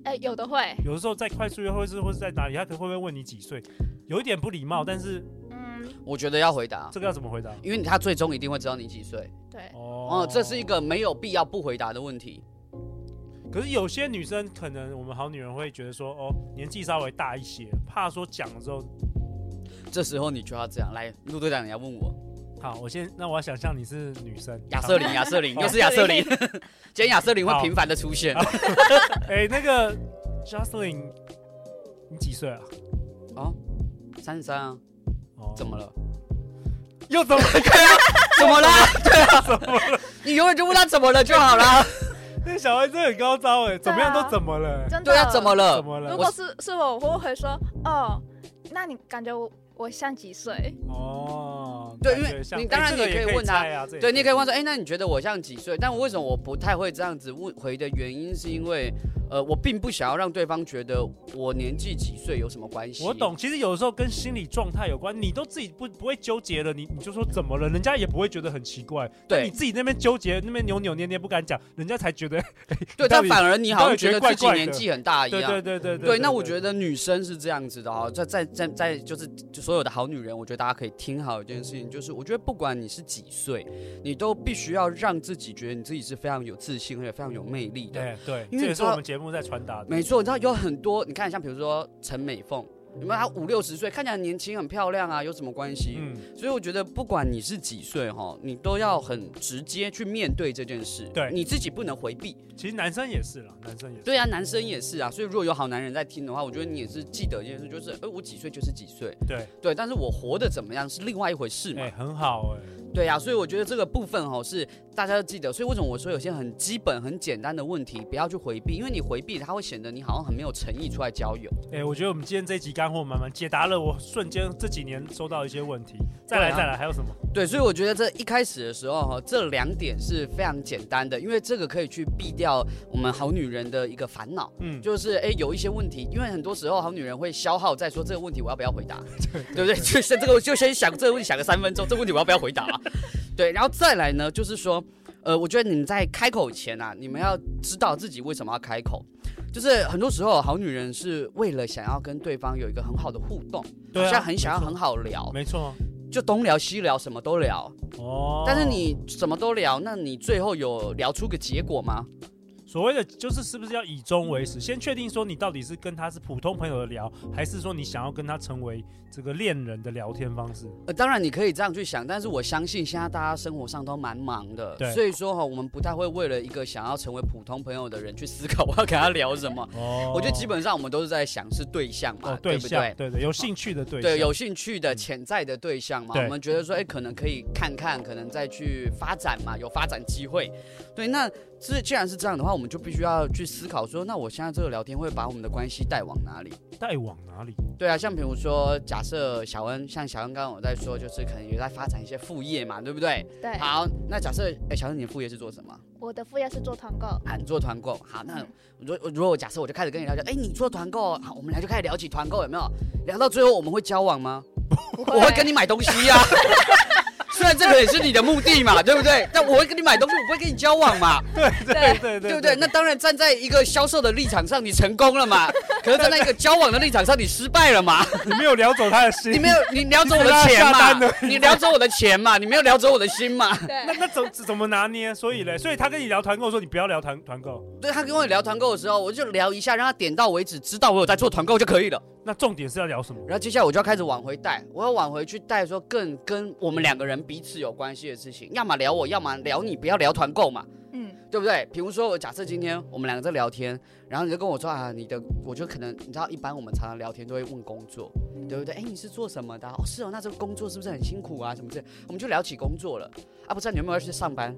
[SPEAKER 4] 哎，有的会，
[SPEAKER 2] 有的时候在快速约会是或是在哪里，他可能会不会问你几岁？有一点不礼貌，但是
[SPEAKER 4] 嗯，
[SPEAKER 3] 我觉得要回答，
[SPEAKER 2] 这个要怎么回答？
[SPEAKER 3] 因为他最终一定会知道你几岁。
[SPEAKER 4] 对，
[SPEAKER 2] 哦
[SPEAKER 3] 哦，这是一。个没有必要不回答的问题。
[SPEAKER 2] 可是有些女生可能我们好女人会觉得说，哦，年纪稍微大一些，怕说讲了之后，
[SPEAKER 3] 这时候你就要这样来，陆队长，你要问我
[SPEAKER 2] 好，我先那我要想象你是女生，
[SPEAKER 3] 亚瑟琳，亚瑟琳，
[SPEAKER 2] 好
[SPEAKER 3] 又是亚瑟琳。 *laughs* 今天亚瑟琳会
[SPEAKER 2] 好
[SPEAKER 3] 频繁的出现
[SPEAKER 2] 好。 *laughs* 哎、那个 Jocelyn，你几岁啊？
[SPEAKER 3] 哦，三十三啊，
[SPEAKER 2] 哦，
[SPEAKER 3] 怎
[SPEAKER 2] *laughs*
[SPEAKER 3] 么了？
[SPEAKER 2] 又怎么了？
[SPEAKER 3] 怎么了？ *laughs* 啊
[SPEAKER 2] 怎么了？
[SPEAKER 3] 你永远就问他怎么了就好
[SPEAKER 2] 啊
[SPEAKER 3] 了。
[SPEAKER 2] 那小孩真的很高招哎、怎么样
[SPEAKER 4] 对啊
[SPEAKER 2] 都怎么了、
[SPEAKER 4] 真的。
[SPEAKER 3] 对啊，怎么了
[SPEAKER 2] 怎？么了
[SPEAKER 4] 如？果是是我，我会说，哦，那你感觉我我像几岁？
[SPEAKER 2] 哦，
[SPEAKER 3] 对
[SPEAKER 2] 感觉
[SPEAKER 3] 因为
[SPEAKER 2] 像
[SPEAKER 3] 你
[SPEAKER 2] 哎
[SPEAKER 3] 当然
[SPEAKER 2] 这个
[SPEAKER 3] 也可以
[SPEAKER 2] 可
[SPEAKER 3] 问他
[SPEAKER 2] 猜啊，这
[SPEAKER 3] 对，你也可以问
[SPEAKER 2] 猜
[SPEAKER 3] 说，哎，那你觉得我像几岁？但我为什么我不太会这样子问回的原因，是因为，呃，我并不想要让对方觉得我年纪几岁有什么关系。
[SPEAKER 2] 我懂，，其实有的时候跟心理状态有关，你都自己不不会纠结了，你你就说怎么了，人家也不会觉得很奇怪。
[SPEAKER 3] 对
[SPEAKER 2] 那你自己那边纠结，那边扭扭捏捏不敢讲，人家才
[SPEAKER 3] *laughs*
[SPEAKER 2] 觉得。
[SPEAKER 3] 对，
[SPEAKER 2] 到
[SPEAKER 3] 但
[SPEAKER 2] 底
[SPEAKER 3] 反而你好
[SPEAKER 2] 到
[SPEAKER 3] 像
[SPEAKER 2] 底
[SPEAKER 3] 觉
[SPEAKER 2] 觉
[SPEAKER 3] 得
[SPEAKER 2] 得怪
[SPEAKER 3] 自己
[SPEAKER 2] 怪
[SPEAKER 3] 年
[SPEAKER 2] 的
[SPEAKER 3] 纪很大一
[SPEAKER 2] 对
[SPEAKER 3] 样。
[SPEAKER 2] 对对对
[SPEAKER 3] 对那我觉
[SPEAKER 2] 得
[SPEAKER 3] 得女生是这样子的哦，在在在在，就是就所有的好女人，我觉得大家可以听好一件事情，就是我觉得不管你是几岁，你都必须要让自己觉得你自己是非常有自信而且非常有魅力的。
[SPEAKER 2] 对对，这
[SPEAKER 3] 因为你
[SPEAKER 2] 也
[SPEAKER 3] 知
[SPEAKER 2] 是
[SPEAKER 3] 道
[SPEAKER 2] 我们节目在传达的。
[SPEAKER 3] 没错，你知道有很多，你看像比如说陈美凤，你们她啊五六十岁，看起来很年轻很漂亮啊，有什么关系？
[SPEAKER 2] 嗯，
[SPEAKER 3] 所以我觉得，不管你是几岁哈，你都要很直接去面对这件事。
[SPEAKER 2] 对
[SPEAKER 3] 你自己不能回避。
[SPEAKER 2] 其实男生也是啦，男生也是。
[SPEAKER 3] 对啊，男生也是啊。所以如果有好男人在听的话，我觉得你也是记得一件事，就是，哎、我几岁就是几岁。
[SPEAKER 2] 对，
[SPEAKER 3] 对，但是我活得怎么样是另外一回事嘛。
[SPEAKER 2] 哎，很好哎，
[SPEAKER 3] 对呀、所以我觉得这个部分哦是大家要记得。所以为什么我说有些很基本、很简单的问题不要去回避，因为你回避它会显得你好像很没有诚意出来交友。
[SPEAKER 2] 哎，我觉得我们今天这一集干货满满，解答了我瞬间这几年收到一些问题。再来
[SPEAKER 3] 对啊
[SPEAKER 2] 再来，还有什么？
[SPEAKER 3] 对，所以我觉得这一开始的时候哈，这两点是非常简单的，因为这个可以去避掉我们好女人的一个烦恼。
[SPEAKER 2] 嗯，
[SPEAKER 3] 就是哎、有一些问题，因为很多时候好女人会消耗在说这个问题我要不要
[SPEAKER 2] *laughs*
[SPEAKER 3] 回答，对不对？就是这个我就先想这个问题想个三分钟，这个问题我要不要
[SPEAKER 2] *laughs*
[SPEAKER 3] 回答、啊？对，然后再来呢，就是说，呃，我觉得你们在开口前啊，你们要知道自己为什么要开口，就是很多时候好女人是为了想要跟对方有一个很好的互动，
[SPEAKER 2] 对啊
[SPEAKER 3] 好像很想要
[SPEAKER 2] 没错
[SPEAKER 3] 很好聊，
[SPEAKER 2] 没错。啊
[SPEAKER 3] 就东聊西聊，什么都聊。
[SPEAKER 2] 哦，
[SPEAKER 3] 但是你什么都聊，那你最后有聊出个结果吗？
[SPEAKER 2] 所谓的就是是不是要以终为始，先确定说你到底是跟他是普通朋友的聊，还是说你想要跟他成为这个恋人的聊天方式？
[SPEAKER 3] 呃，当然你可以这样去想，但是我相信现在大家生活上都蛮忙的，
[SPEAKER 2] 对
[SPEAKER 3] 所以说哈、我们不太会为了一个想要成为普通朋友的人去思考我要跟他聊什么。
[SPEAKER 2] *laughs* 哦
[SPEAKER 3] 我觉得基本上我们都是在想是对象嘛，
[SPEAKER 2] 哦对
[SPEAKER 3] 不
[SPEAKER 2] 象
[SPEAKER 3] 对？
[SPEAKER 2] 对对有兴趣的对象
[SPEAKER 3] 对，有兴趣的
[SPEAKER 2] 嗯
[SPEAKER 3] 潜在的对象嘛，
[SPEAKER 2] 对
[SPEAKER 3] 我们觉得说，哎，可能可以看看，可能再去发展嘛，有发展机会。对，那这既然是这样的话，我们就必须要去思考说，那我现在这个聊天会把我们的关系带往哪里？
[SPEAKER 2] 带往哪里？
[SPEAKER 3] 对啊，像比如说，假设小恩，像小恩刚刚我在说，就是可能也在发展一些副业嘛，对不对？
[SPEAKER 4] 对，
[SPEAKER 3] 好，那假设，哎，小恩，你的副业是做什么？
[SPEAKER 4] 我的副业是做团
[SPEAKER 3] *laughs*
[SPEAKER 4] 购，
[SPEAKER 3] 啊，你做团购。好，那
[SPEAKER 4] 嗯
[SPEAKER 3] 如如果假设我就开始跟你聊，哎，你做团购，好，我们俩就开始聊起团购，有没有？聊到最后我们会交往吗？
[SPEAKER 4] 不
[SPEAKER 3] 我会跟你买东西呀、 *laughs* 虽然这个也是你的目的嘛，对不对？但我会跟你买东西，我不会跟你交往嘛，
[SPEAKER 4] 对
[SPEAKER 2] 对
[SPEAKER 3] *laughs* 对不对？那当然，站在一个销售的立场上，你成功了嘛；可是站在一个交往的立场上，你失败了嘛。
[SPEAKER 2] 你没有聊走他的心，
[SPEAKER 3] *laughs* 你没有，你聊走我的钱嘛？你聊走我的钱嘛？你没有聊走我的心嘛？ *laughs*
[SPEAKER 2] 那 *laughs*
[SPEAKER 4] 对，
[SPEAKER 2] 那怎怎么拿捏？所以嘞，所以他跟你聊团购说你不要聊团团购，
[SPEAKER 3] 对他跟我聊团购的时候，我就聊一下，让他点到为止，知道我有在做团购就可以了。
[SPEAKER 2] 那重点是要聊什么？
[SPEAKER 3] 然后接下来我就要开始往回带，我要往回去带说更跟我们两个人彼此有关系的事情，要么聊我，要么聊你，不要聊团购嘛。
[SPEAKER 4] 嗯，
[SPEAKER 3] 对不对？比如说，我假设今天我们两个在聊天，然后你就跟我说啊，你的，我就可能你知道，一般我们常常聊天都会问工作，
[SPEAKER 2] 嗯
[SPEAKER 3] 对不对？哎，你是做什么的啊？哦，是哦，那这个工作是不是很辛苦啊？什么之类，我们就聊起工作了。
[SPEAKER 2] *laughs*
[SPEAKER 3] 啊，不是、你有没有要去上班？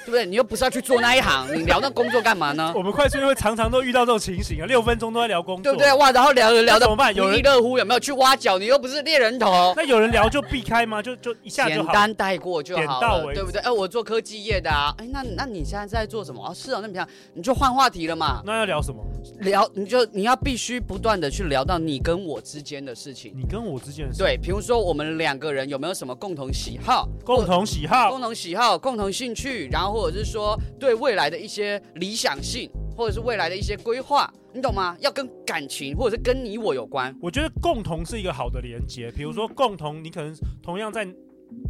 [SPEAKER 3] 对不对？你又不是要去做那一行，你聊那工作干
[SPEAKER 2] *laughs*
[SPEAKER 3] 嘛呢？
[SPEAKER 2] 我们快速因为常常都遇到这种情形啊，六分钟都在聊工
[SPEAKER 3] 对
[SPEAKER 2] 作，
[SPEAKER 3] 不对？？哇，然后聊着聊
[SPEAKER 2] 那
[SPEAKER 3] 的
[SPEAKER 2] 怎么办有
[SPEAKER 3] 不
[SPEAKER 2] 人
[SPEAKER 3] 亦乐乎，有没有去挖角？你又不是猎人头。
[SPEAKER 2] 那有人聊就避开吗？就就一下就
[SPEAKER 3] 简
[SPEAKER 2] 好。
[SPEAKER 3] 单带过就好
[SPEAKER 2] 点到为
[SPEAKER 3] 了，
[SPEAKER 2] 止
[SPEAKER 3] 对不对？哎、我做科技业的啊，哎、那那你现在在做什么？哦，是哦，那你想你就换话题了嘛，
[SPEAKER 2] 那要聊什么？
[SPEAKER 3] 聊你就你要必须不断的去聊到你跟我之间的事情。
[SPEAKER 2] 你跟我之间的事
[SPEAKER 3] 对，比如说我们两个人有没有什么共同喜好？
[SPEAKER 2] 共同喜
[SPEAKER 3] 或
[SPEAKER 2] 好
[SPEAKER 3] 共同喜好、共同兴趣，然后或者是说对未来的一些理想性，或者是未来的一些规划，你懂吗？要跟感情或者是跟你我有关。
[SPEAKER 2] 我觉得共同是一个好的连接，比如说共同，你可能同样在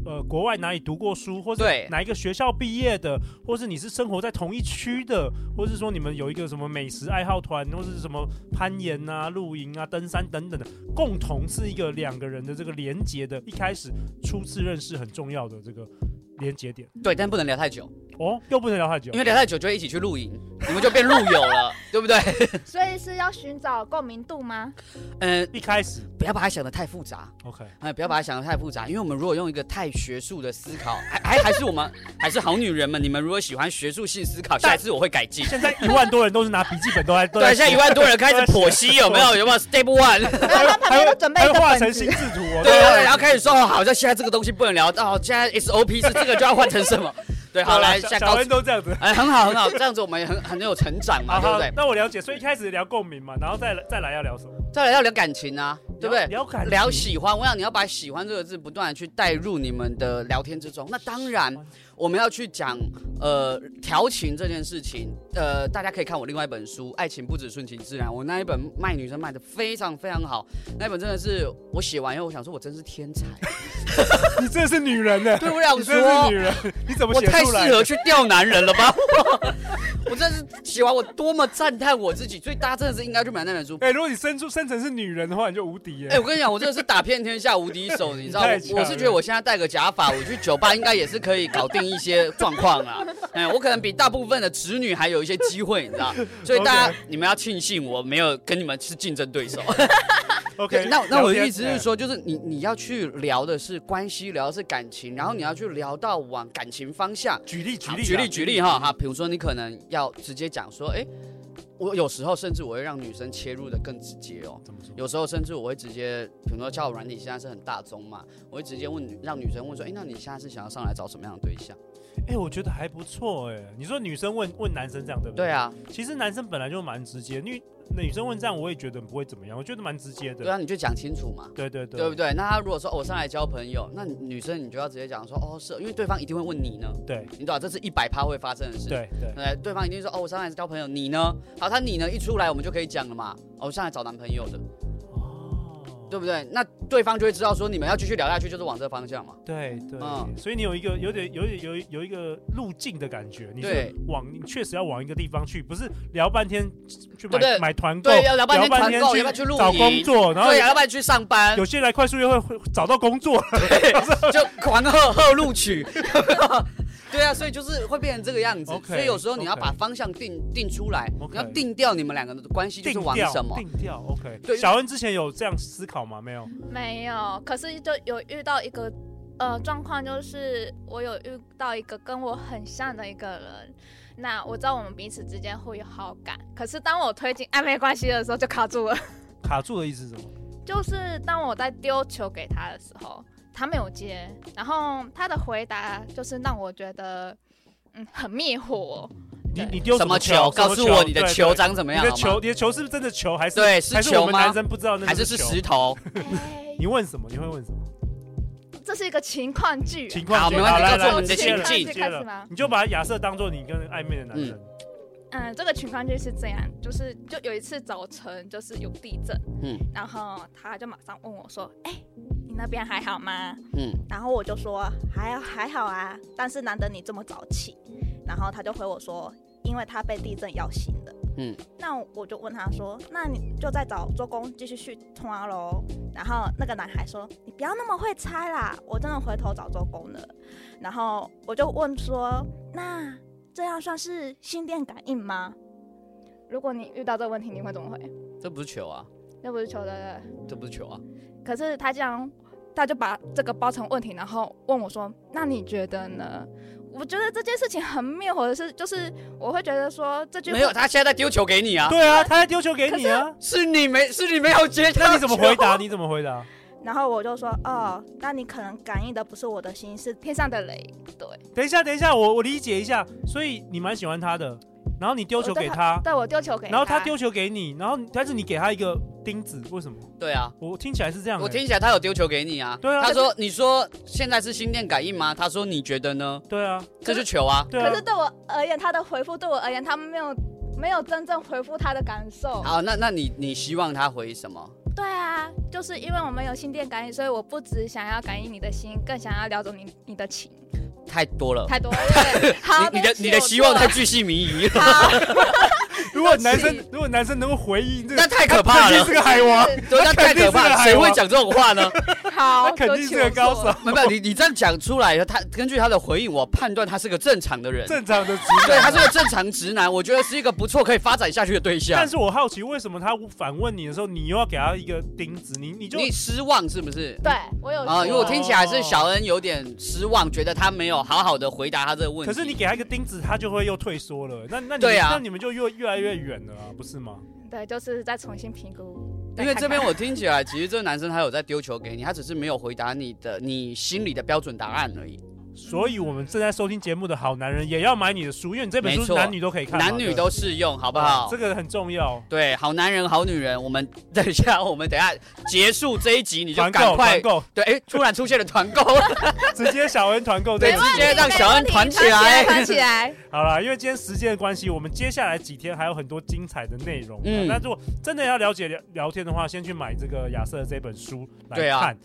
[SPEAKER 2] 呃国外哪里读过书，或是
[SPEAKER 3] 对
[SPEAKER 2] 哪一个学校毕业的，或是你是生活在同一区的，或是说你们有一个什么美食爱好团，或是什么攀岩啊、露营啊、登山等等的，共同是一个两个人的这个连接的，一开始初次认识很重要的这个连接点。
[SPEAKER 3] 对，但不能聊太久，
[SPEAKER 2] 哦，又不能聊太
[SPEAKER 3] *laughs*
[SPEAKER 2] 久
[SPEAKER 3] 因，为聊太久就会一起去露营，你们就变露友了， *laughs* 对
[SPEAKER 2] *laughs*
[SPEAKER 3] 不对？
[SPEAKER 4] 所以是要寻找共鸣
[SPEAKER 3] *laughs*
[SPEAKER 4] 度吗？
[SPEAKER 3] 嗯，
[SPEAKER 2] 一开始
[SPEAKER 3] 不要把它想得太复杂，
[SPEAKER 2] OK，
[SPEAKER 3] 哎，不要把它想得太复杂，因为我们如果用一个太学术的思考，哎还还还是我们还是好女人们，你们如果喜欢学术性思考，下一次我会改进。
[SPEAKER 2] 现在一万多人都是拿笔记本都在都
[SPEAKER 3] 对，
[SPEAKER 2] 在
[SPEAKER 3] 现在一万多人开始剖析有没有有没有 step one。
[SPEAKER 2] *laughs*
[SPEAKER 4] 然后他旁边都准备
[SPEAKER 2] 还
[SPEAKER 4] 一
[SPEAKER 2] 会 *laughs*
[SPEAKER 4] 个
[SPEAKER 2] 画
[SPEAKER 4] 本
[SPEAKER 2] 成
[SPEAKER 4] 子
[SPEAKER 2] 心，智图哦，
[SPEAKER 3] 对，然后开始说，哦好像现在这个东西不能聊到，现在 SOP 是这个就要换成什么？对，好来
[SPEAKER 2] 小
[SPEAKER 3] 下
[SPEAKER 2] 小
[SPEAKER 3] 高
[SPEAKER 2] 恩，都这样子。
[SPEAKER 3] 哎，很好很好，这样子我们也很很有成长嘛，
[SPEAKER 2] 好
[SPEAKER 3] 对
[SPEAKER 2] 好
[SPEAKER 3] 不对，？
[SPEAKER 2] 那我了解，所以一开始聊共鸣嘛，然后再来再来要聊什么，
[SPEAKER 3] 再来要聊感情啊，对不对？
[SPEAKER 2] 聊聊感情
[SPEAKER 3] 聊喜欢，我想你要把喜欢这个字不断的去带入你们的聊天之中。那当然，我们要去讲呃调情这件事情。呃，大家可以看我另外一本书《爱情不止顺其自然》，我那一本卖女生卖的非常非常好，那一本真的是我写完以后，我想说我真是天才，
[SPEAKER 2] 你真的是女人呢？
[SPEAKER 3] *laughs* 对我想
[SPEAKER 2] 你真的是
[SPEAKER 3] 说
[SPEAKER 2] 女。人，你怎么
[SPEAKER 3] 我
[SPEAKER 2] 写
[SPEAKER 3] 太
[SPEAKER 2] 出
[SPEAKER 3] 适
[SPEAKER 2] 来？
[SPEAKER 3] 合去钓男人了吧！ *laughs* 我真是写完，我多么赞叹我自己，所以大家真的是应该去买那本书。
[SPEAKER 2] 哎，如果你生出生成是女人的话，你就无敌
[SPEAKER 3] 哎、
[SPEAKER 2] 耶。
[SPEAKER 3] 我跟你讲，我真的是打遍天下无敌手，你知道
[SPEAKER 2] 太强
[SPEAKER 3] 我我是觉得我现在戴个假发，我去酒吧应该也是可以搞定一些状况啦。哎、我可能比大部分的直女还有一些机会，你知道，所以大家
[SPEAKER 2] OK
[SPEAKER 3] 你们要庆幸我没有跟你们是竞争对手。
[SPEAKER 2] OK，
[SPEAKER 3] *laughs* 那那我
[SPEAKER 2] 聊
[SPEAKER 3] 的
[SPEAKER 2] 天哎
[SPEAKER 3] 意思是，说，就是你你要去聊的是关系，聊的是感情，然后你要去聊到往感情方向。
[SPEAKER 2] 哎举例举
[SPEAKER 3] 好
[SPEAKER 2] 例嗯
[SPEAKER 3] 举例举例哈哈，比如说你可能要直接讲说，哎、我有时候甚至我会让女生切入的更直接哦。
[SPEAKER 2] 怎么说？
[SPEAKER 3] 有时候甚至我会直接，比如说交友软体现在是很大宗嘛，我会直接问女让女生问说，哎、那你现在是想要上来找什么样的对象？
[SPEAKER 2] 哎，我觉得还不错哎。你说女生问问男生这样对不
[SPEAKER 3] 对，啊，
[SPEAKER 2] 其实男生本来就蛮直接，女女生问这样我也觉得不会怎么样，我觉得蛮直接
[SPEAKER 3] 对
[SPEAKER 2] 的。
[SPEAKER 3] 啊，你就讲清楚嘛。
[SPEAKER 2] 对对对
[SPEAKER 3] 对不对？那他如果说、哦我上来交朋友，那女生你就要直接讲说哦是，因为对方一定会问你呢，
[SPEAKER 2] 对
[SPEAKER 3] 你懂、啊、这是一百趴会发生的事。
[SPEAKER 2] 对对，
[SPEAKER 3] 呃，对方一定说哦，我上来交朋友，你呢？好，他你呢一出来，我们就可以讲了嘛。哦，我上来找男朋友的，
[SPEAKER 2] 哦
[SPEAKER 3] 对不对？那对方就会知道说你们要继续聊下去，就是往这方向嘛。
[SPEAKER 2] 对对，
[SPEAKER 3] 嗯
[SPEAKER 2] 所以你有一个有点有点有一有一个路径的感觉，你是
[SPEAKER 3] 对
[SPEAKER 2] 往你确实要往一个地方去，不是聊半天去买
[SPEAKER 3] 对对
[SPEAKER 2] 买团购，
[SPEAKER 3] 对，要聊半天
[SPEAKER 2] 聊
[SPEAKER 3] 团
[SPEAKER 2] 半天
[SPEAKER 3] 购，
[SPEAKER 2] 去
[SPEAKER 3] 要不要去露
[SPEAKER 2] 找工
[SPEAKER 3] 营？
[SPEAKER 2] 作，然后
[SPEAKER 3] 对，要不要去上班
[SPEAKER 2] 有？些人来快速约会会找到工作，
[SPEAKER 3] 就狂喝喝录取。 *laughs* 对啊，所以就是会变成这个样子。
[SPEAKER 2] OK，
[SPEAKER 3] 所以有时候你要
[SPEAKER 2] OK
[SPEAKER 3] 把方向定定出来
[SPEAKER 2] OK
[SPEAKER 3] 你要定掉 *laughs* 你们两个的关系就是
[SPEAKER 2] 定
[SPEAKER 3] 往
[SPEAKER 2] 调
[SPEAKER 3] 什么。
[SPEAKER 2] 定调，OK。
[SPEAKER 3] 对
[SPEAKER 2] 小恩之前有这样思考吗？没有，
[SPEAKER 4] 没有，可是就有遇到一个呃状况，就是我有遇到一个跟我很像的一个人。那我知道我们彼此之间会有好感，可是当我推进暧昧关系的时候就卡住了。
[SPEAKER 2] 卡住的意思是什么？
[SPEAKER 4] 就是当我在丢球给他的时候，他没有接，然后他的回答就是让我觉得嗯很迷惑。
[SPEAKER 2] 你
[SPEAKER 4] 对
[SPEAKER 2] 你丢
[SPEAKER 3] 什么
[SPEAKER 2] 球？
[SPEAKER 3] 告诉我你的球长怎么
[SPEAKER 2] 怎
[SPEAKER 3] 样？
[SPEAKER 2] 你的
[SPEAKER 3] 好吗
[SPEAKER 2] 球，你的球是不是真的球还是
[SPEAKER 3] 对是
[SPEAKER 2] 还是我
[SPEAKER 3] 球
[SPEAKER 2] 们
[SPEAKER 3] 吗
[SPEAKER 2] 男生不知道那
[SPEAKER 3] 还是是
[SPEAKER 2] 是
[SPEAKER 3] 石
[SPEAKER 2] 球？
[SPEAKER 3] 头？
[SPEAKER 4] 哎
[SPEAKER 2] 你问什么？你会问什么？
[SPEAKER 4] *laughs* 这是一个情况剧啊、
[SPEAKER 2] 情况
[SPEAKER 3] 好
[SPEAKER 2] 剧
[SPEAKER 3] 没问题
[SPEAKER 2] 来
[SPEAKER 3] 告诉
[SPEAKER 2] 来
[SPEAKER 3] 我们的
[SPEAKER 2] 接
[SPEAKER 3] 情
[SPEAKER 2] 了
[SPEAKER 3] 境
[SPEAKER 2] 接
[SPEAKER 4] 开始
[SPEAKER 2] 了
[SPEAKER 4] 吗
[SPEAKER 2] 你就把亚瑟当做你跟暧昧的男人，
[SPEAKER 4] 嗯，这个情况就是这样，就是就有一次早晨就是有地震，
[SPEAKER 3] 嗯
[SPEAKER 4] 然后他就马上问我说：“哎、你那边还好吗
[SPEAKER 3] 嗯，？”
[SPEAKER 4] 然后我就说：“还还好啊，但是难得你这么早起。”然后他就回我说：“因为他被地震摇醒的。”
[SPEAKER 3] 嗯，
[SPEAKER 4] 那我就问他说：“那你就再找做工继续去冲啊喽。”然后那个男孩说：“你不要那么会猜啦，我真的回头找做工了。”然后我就问说：“那这样算是心电感应吗？”如果你遇到这个问题，你会怎么回？
[SPEAKER 3] 这不是球啊，
[SPEAKER 4] 那不是球对不
[SPEAKER 3] 这不是球啊，
[SPEAKER 4] 对？可是他这样，他就把这个包成问题，然后问我说：“那你觉得呢？”我觉得这件事情很灭火的是，就是我会觉得说这句
[SPEAKER 3] 没有，他现在在丢球给你啊，
[SPEAKER 2] 对啊，他在丢球给你啊，
[SPEAKER 3] 是你没是你没有接到，
[SPEAKER 2] 那你怎么回答？？你怎么回答？
[SPEAKER 4] 然后我就说：“哦，那你可能感应的不是我的心，是天上的雷。”对，
[SPEAKER 2] 等一下，等一下，我我理解一下，所以你蛮喜欢他的，然后你丢球给他，
[SPEAKER 4] 对我丢球给
[SPEAKER 2] 然后他丢球给你，然后但是你给他一个钉子，为什么？
[SPEAKER 3] 对啊，
[SPEAKER 2] 我听起来是这样、欸，
[SPEAKER 3] 我听起来他有丢球给你啊。
[SPEAKER 2] 对啊
[SPEAKER 3] 他说你说现在是心电感应吗？他说你觉得呢？
[SPEAKER 2] 对啊，
[SPEAKER 3] 这是球啊。
[SPEAKER 2] 对啊
[SPEAKER 4] 可是，对我而言，他的回复对我而言，他没有没有真正回复他的感受。
[SPEAKER 3] 好，那那你你希望他回什么？
[SPEAKER 4] 对啊，就是因为我们有心电感应，所以我不只想要感应你的心，更想要了解你你的情。
[SPEAKER 3] 太多了。
[SPEAKER 4] 太
[SPEAKER 3] *laughs*
[SPEAKER 4] 多了，对好，
[SPEAKER 2] 啊
[SPEAKER 3] 你你的
[SPEAKER 4] 对不起
[SPEAKER 3] 你的希望太
[SPEAKER 4] 我
[SPEAKER 3] 巨细靡遗了，
[SPEAKER 2] *laughs*
[SPEAKER 4] 错了好，
[SPEAKER 2] 如果男生如果男生能够回应这
[SPEAKER 3] 那
[SPEAKER 2] 个，
[SPEAKER 3] 太可怕
[SPEAKER 2] *laughs* 肯定
[SPEAKER 3] 了
[SPEAKER 2] 是。个海
[SPEAKER 3] *laughs*
[SPEAKER 2] 王，
[SPEAKER 3] 对，那太可怕
[SPEAKER 2] 他
[SPEAKER 3] 了，
[SPEAKER 2] 肯定是个
[SPEAKER 3] 谁
[SPEAKER 2] 海王
[SPEAKER 3] 会讲这种
[SPEAKER 2] *laughs*
[SPEAKER 3] 话呢？
[SPEAKER 4] 好，
[SPEAKER 2] 他肯定是个高手，
[SPEAKER 3] 没有没有，你你这样讲出来，他根据他的回应，我判断他是个正常的人，
[SPEAKER 2] 正常的直男。
[SPEAKER 3] 对他是个正常直男，我觉得是一个不错可以发展下去的对啊象
[SPEAKER 2] 但。是我好奇，为什么他反问你的时候，你又要给他一个钉子？你你就
[SPEAKER 3] 你失望是不是？
[SPEAKER 4] 对我有
[SPEAKER 3] 啊，因为我听起
[SPEAKER 4] 来
[SPEAKER 3] 来是小恩有点失望，觉得他没有好好的回答他这个问题。
[SPEAKER 2] 可是你给他一个钉子，他就会又退缩了。那那你
[SPEAKER 3] 对啊
[SPEAKER 2] 那你们就越越来越远了啊，不是吗？
[SPEAKER 4] 对，就是再重新评估，
[SPEAKER 3] 因为这边
[SPEAKER 4] 我
[SPEAKER 3] 我听起来，其实这个男生他有在丢球给你，他只是没有回答你的你心里的标准答案而已。
[SPEAKER 2] 所以我们正在收听节目的好男人也要买你的书，因为你这本
[SPEAKER 3] 没
[SPEAKER 2] 书
[SPEAKER 3] 错
[SPEAKER 2] 男女都可以看嘛，
[SPEAKER 3] 男女
[SPEAKER 2] 对
[SPEAKER 3] 都适用，好不
[SPEAKER 2] 啊
[SPEAKER 3] 好
[SPEAKER 2] 这？个很重要。
[SPEAKER 3] 对，好男人好女人，我们等一下，我们等一下结束这一集，你就
[SPEAKER 2] 团
[SPEAKER 3] 赶
[SPEAKER 2] 购，团。
[SPEAKER 3] 快
[SPEAKER 2] 购，
[SPEAKER 3] 对，哎，突然出现了团购， *laughs*
[SPEAKER 2] 直接小恩团购这
[SPEAKER 3] 对
[SPEAKER 2] 一集
[SPEAKER 3] 直接让小恩团起来
[SPEAKER 4] 团起来，
[SPEAKER 2] 好啦，因为今天时间的关系，我们接下来几天还有很多精彩的内容。嗯，
[SPEAKER 3] 嗯
[SPEAKER 2] 那如果真的要了解聊聊天的话，先去买这个亚瑟的这本书来
[SPEAKER 3] 对啊
[SPEAKER 2] 看。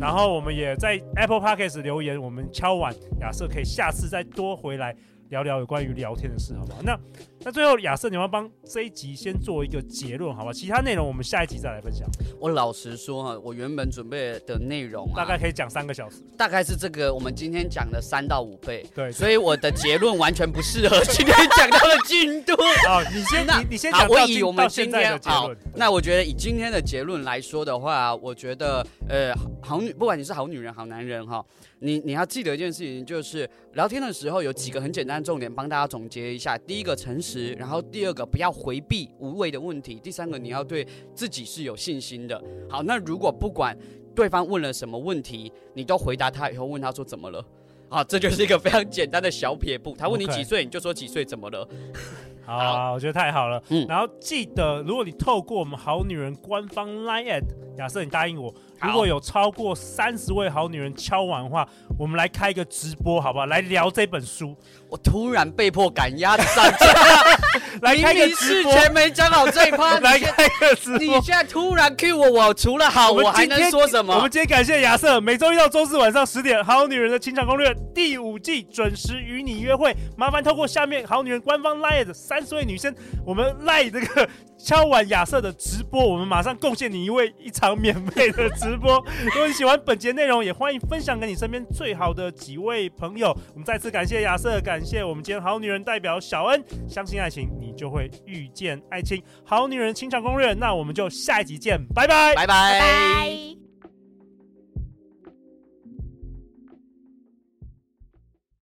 [SPEAKER 2] 然后我们也在 Apple Podcast 留言，我们敲完亚瑟可以下次再多回来聊聊有关于聊天的事，好不好？那那最后亚瑟，你要不要帮这一集先做一个结论，好不好？其他内容我们下一集再来分享，
[SPEAKER 3] 我老实说哈，我原本准备的内容啊，
[SPEAKER 2] 大概可以讲三个小时。
[SPEAKER 3] 大概是这个我们今天讲的三到五倍，
[SPEAKER 2] 对，
[SPEAKER 3] 所以我的结论完全不适合今天讲到的进度。
[SPEAKER 2] 啊，你先
[SPEAKER 3] 那
[SPEAKER 2] 你你先
[SPEAKER 3] 好
[SPEAKER 2] 讲，
[SPEAKER 3] 我
[SPEAKER 2] 到
[SPEAKER 3] 以
[SPEAKER 2] 今
[SPEAKER 3] 我们
[SPEAKER 2] 到现
[SPEAKER 3] 今
[SPEAKER 2] 在的
[SPEAKER 3] 天
[SPEAKER 2] 结
[SPEAKER 3] 好
[SPEAKER 2] 论。，
[SPEAKER 3] 那我觉得以今天的结论来说的话，我觉得呃，好女，不管你是好女人、好男人哈，你你要记得一件事情，就是聊天的时候有几个很简单的重点，帮大家总结一下。第一个诚实，然后第二个不要回避无谓的问题，第三个你要对自己是有信心的。好，那如果不管对方问了什么问题，你都回答他以后，问他说怎么了。好，这就是一个非常简单的小撇步。他问你
[SPEAKER 2] OK
[SPEAKER 3] 几岁，你就说几岁，怎么了？
[SPEAKER 2] 好啊，我觉得太好了。
[SPEAKER 3] 嗯
[SPEAKER 2] 然后记得，如果你透过我们好女人官方 Line at，假设你答应我，
[SPEAKER 3] 好
[SPEAKER 2] 如果有超过三十位好女人敲完的话，我们来开一个直播，好不好？来聊这本书，
[SPEAKER 3] 我突然被迫赶鸭子上架，
[SPEAKER 2] 来
[SPEAKER 3] 明
[SPEAKER 2] *laughs* 开一
[SPEAKER 3] 明
[SPEAKER 2] 个
[SPEAKER 3] 事
[SPEAKER 2] 直播，
[SPEAKER 3] 前没讲好这一趴，
[SPEAKER 2] *laughs* 来
[SPEAKER 3] 你现
[SPEAKER 2] 开一个直
[SPEAKER 3] 你
[SPEAKER 2] 播。
[SPEAKER 3] 现在突然 cue 我，我除了好，
[SPEAKER 2] 们
[SPEAKER 3] 我还
[SPEAKER 2] 今天
[SPEAKER 3] 能说什
[SPEAKER 2] 我
[SPEAKER 3] 么
[SPEAKER 2] 们？今天感谢亚瑟，每周一到周四晚上十点，《好女人的情场攻略》第五季准时与你约会。麻烦透过下面好女人官方 Line 的三十位女生，我们 Line 这个敲完亚瑟的直播，我们马上贡献你一位一场免费的直播。如果你喜欢本节内容，也欢迎分享给你身边最好的几位朋友。我们再次感谢亚瑟，感谢我们今天好女人代表小恩。相信爱情，你就会遇见爱情。好女人情场攻略，那我们就下一集见，拜拜。
[SPEAKER 3] 拜拜。
[SPEAKER 4] 拜。